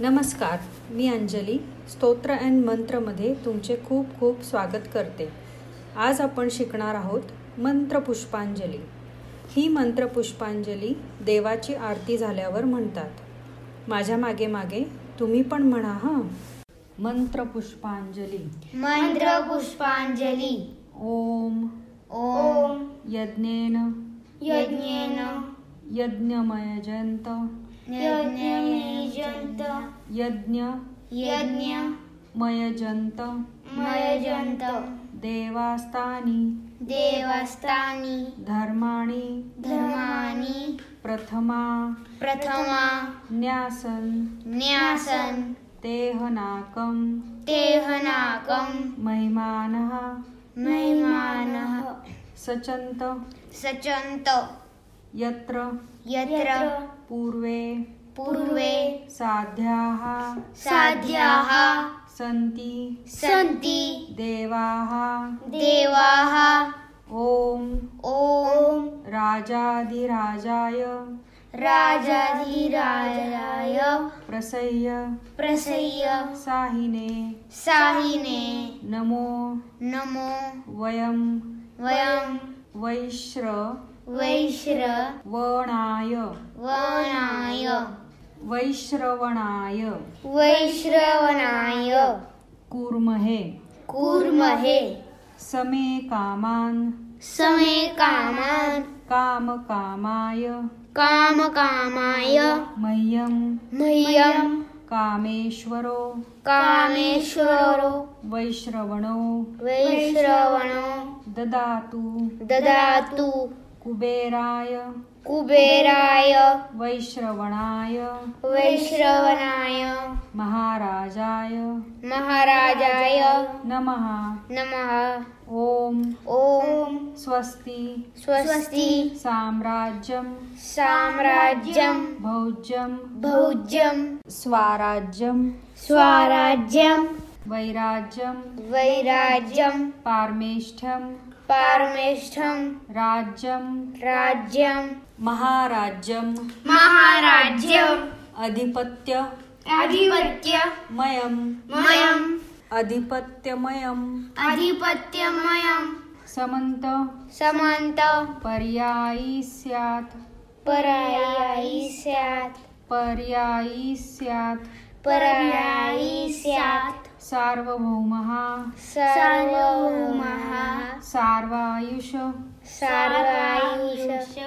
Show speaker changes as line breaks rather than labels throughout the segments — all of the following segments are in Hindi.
नमस्कार मी अंजली स्तोत्र अँड मंत्रमध्ये तुमचे खूप खूप स्वागत करते आज आपण शिकणार आहोत मंत्रपुष्पांजली ही मंत्रपुष्पांजली देवाची आरती झाल्यावर म्हणतात माझ्या मागे मागे तुम्ही पण म्हणा हं मंत्रपुष्पांजली
मंत्र पुष्पांजली
ओम
ओम
यज्ञेन
यज्ञेन
यज्ञमय जयंत
यज्ञमेजंत
यज्ञ
यज्ञ
मयजंत
मयजंत
देवास्तानी
देवस्तानी
धर्माणी
धर्मानी
प्रथमा
प्रथमा
न्यासन
न्यासन
तेहनाकं
तेहनाकं
महिमानः
महिमानः
सचन्त
सचन्त
यत्र
यत्र
पूर्वे
पूर्वे
साध्याः
साध्याः
सन्ति
सन्ति
देवाः
देवाः
ॐ
ॐ
राजाधिराजाय
राजाधिराजाय
प्रसह्य
प्रसह्य
साहिने
साहिने
नमो
नमो
वयं
वयं
वैश्रवणाय
वैश्रवणाय
वैश्रवणाय
वैश्रवणाय
कुर्महे
कुर्महे
समे कामान्
समे कामान्
कामकामाय
कामकामाय
मह्यं
मह्यं
कामेश्वरो
कामेश्वरो
वैश्रवणो
वैश्रवणो
ददातु
ददातु
कुबेराय
कुबेराय
वैश्रवणाय
वैश्रवणाय
महाराजाय
महाराजाय
नमः
नमः
ॐ
ॐ
स्वस्ति
स्वस्ति
साम्राज्यं
साम्राज्यं
भौज्यं
भौज्यं
स्वाराज्यं
स्वराज्यं
वैराज्यं
वैराज्यं
पारमेष्ठ्यं
पारमेष्ठं
राज्यं
राज्यं
महाराज्यं
महाराज्यम्
अधिपत्य
आधिपत्य
मयम
मयम्
अधिपत्यमयम
आधिपत्यमयम्
समंत
समन्त
पर्यायी स्यात्
परायायी स्यात्
पर्यायी स्यात्
परायायी स्यात्
सार्वभौमः
सर्वमः
सार्वायुष
सर्वायुष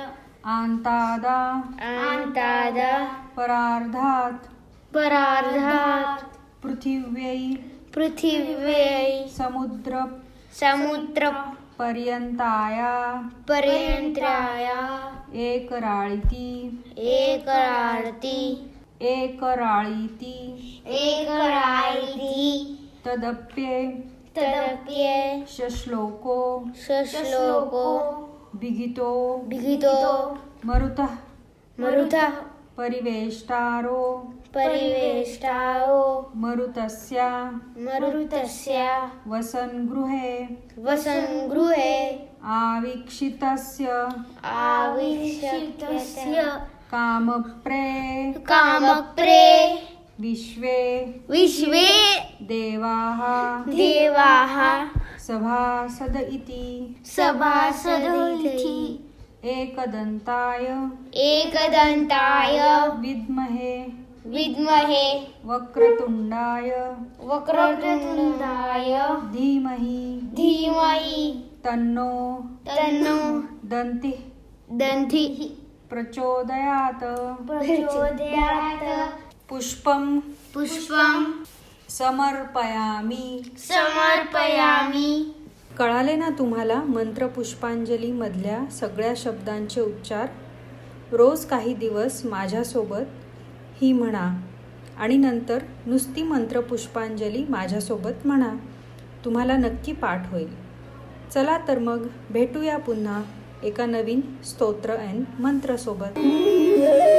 आंतादा
आन्ताद
परार्धात्
परार्धात्
पृथिव्यै
पृथिव्यै
समुद्र
समुद्र
पर्यंताया
पर्यन्त्राया
एकराळीती
एकरार्ति
एकराळीती
एकरायिति
तदप्ये
तदप्ये
श्लोको
सश्लोको
बिगितो
भिगितो
मरुतः
मरुतः
परिवेष्टारो
परिवेष्टायो
मरुतस्य
मरुतस्य
वसन्गृहे
वसङ्गृहे
आवीक्षितस्य
आविष्यस्य
कामप्रे
कामप्रे
विश्वे
विश्वे
देवाः
देवाः
सभासद इति
सभासदिति
एकदन्ताय
एकदन्ताय
विद्महे
विद्महे
वक्रतुण्डाय
वक्रतुण्डाय
धीमहि
धीमहि
तन्नो
तन्नो
दन्तिः
दन्तिः
प्रचोदयात्
प्रचोदयात्
पुष्पं
पुष्पं
समर्पयामी
समर्पयामि
कळाले ना तुम्हाला मंत्रपुष्पांजलीमधल्या सगळ्या शब्दांचे उच्चार रोज काही दिवस माझ्यासोबत ही म्हणा आणि नंतर नुसती मंत्रपुष्पांजली माझ्यासोबत म्हणा तुम्हाला नक्की पाठ होईल चला तर मग भेटूया पुन्हा एका नवीन स्तोत्र अँड मंत्रसोबत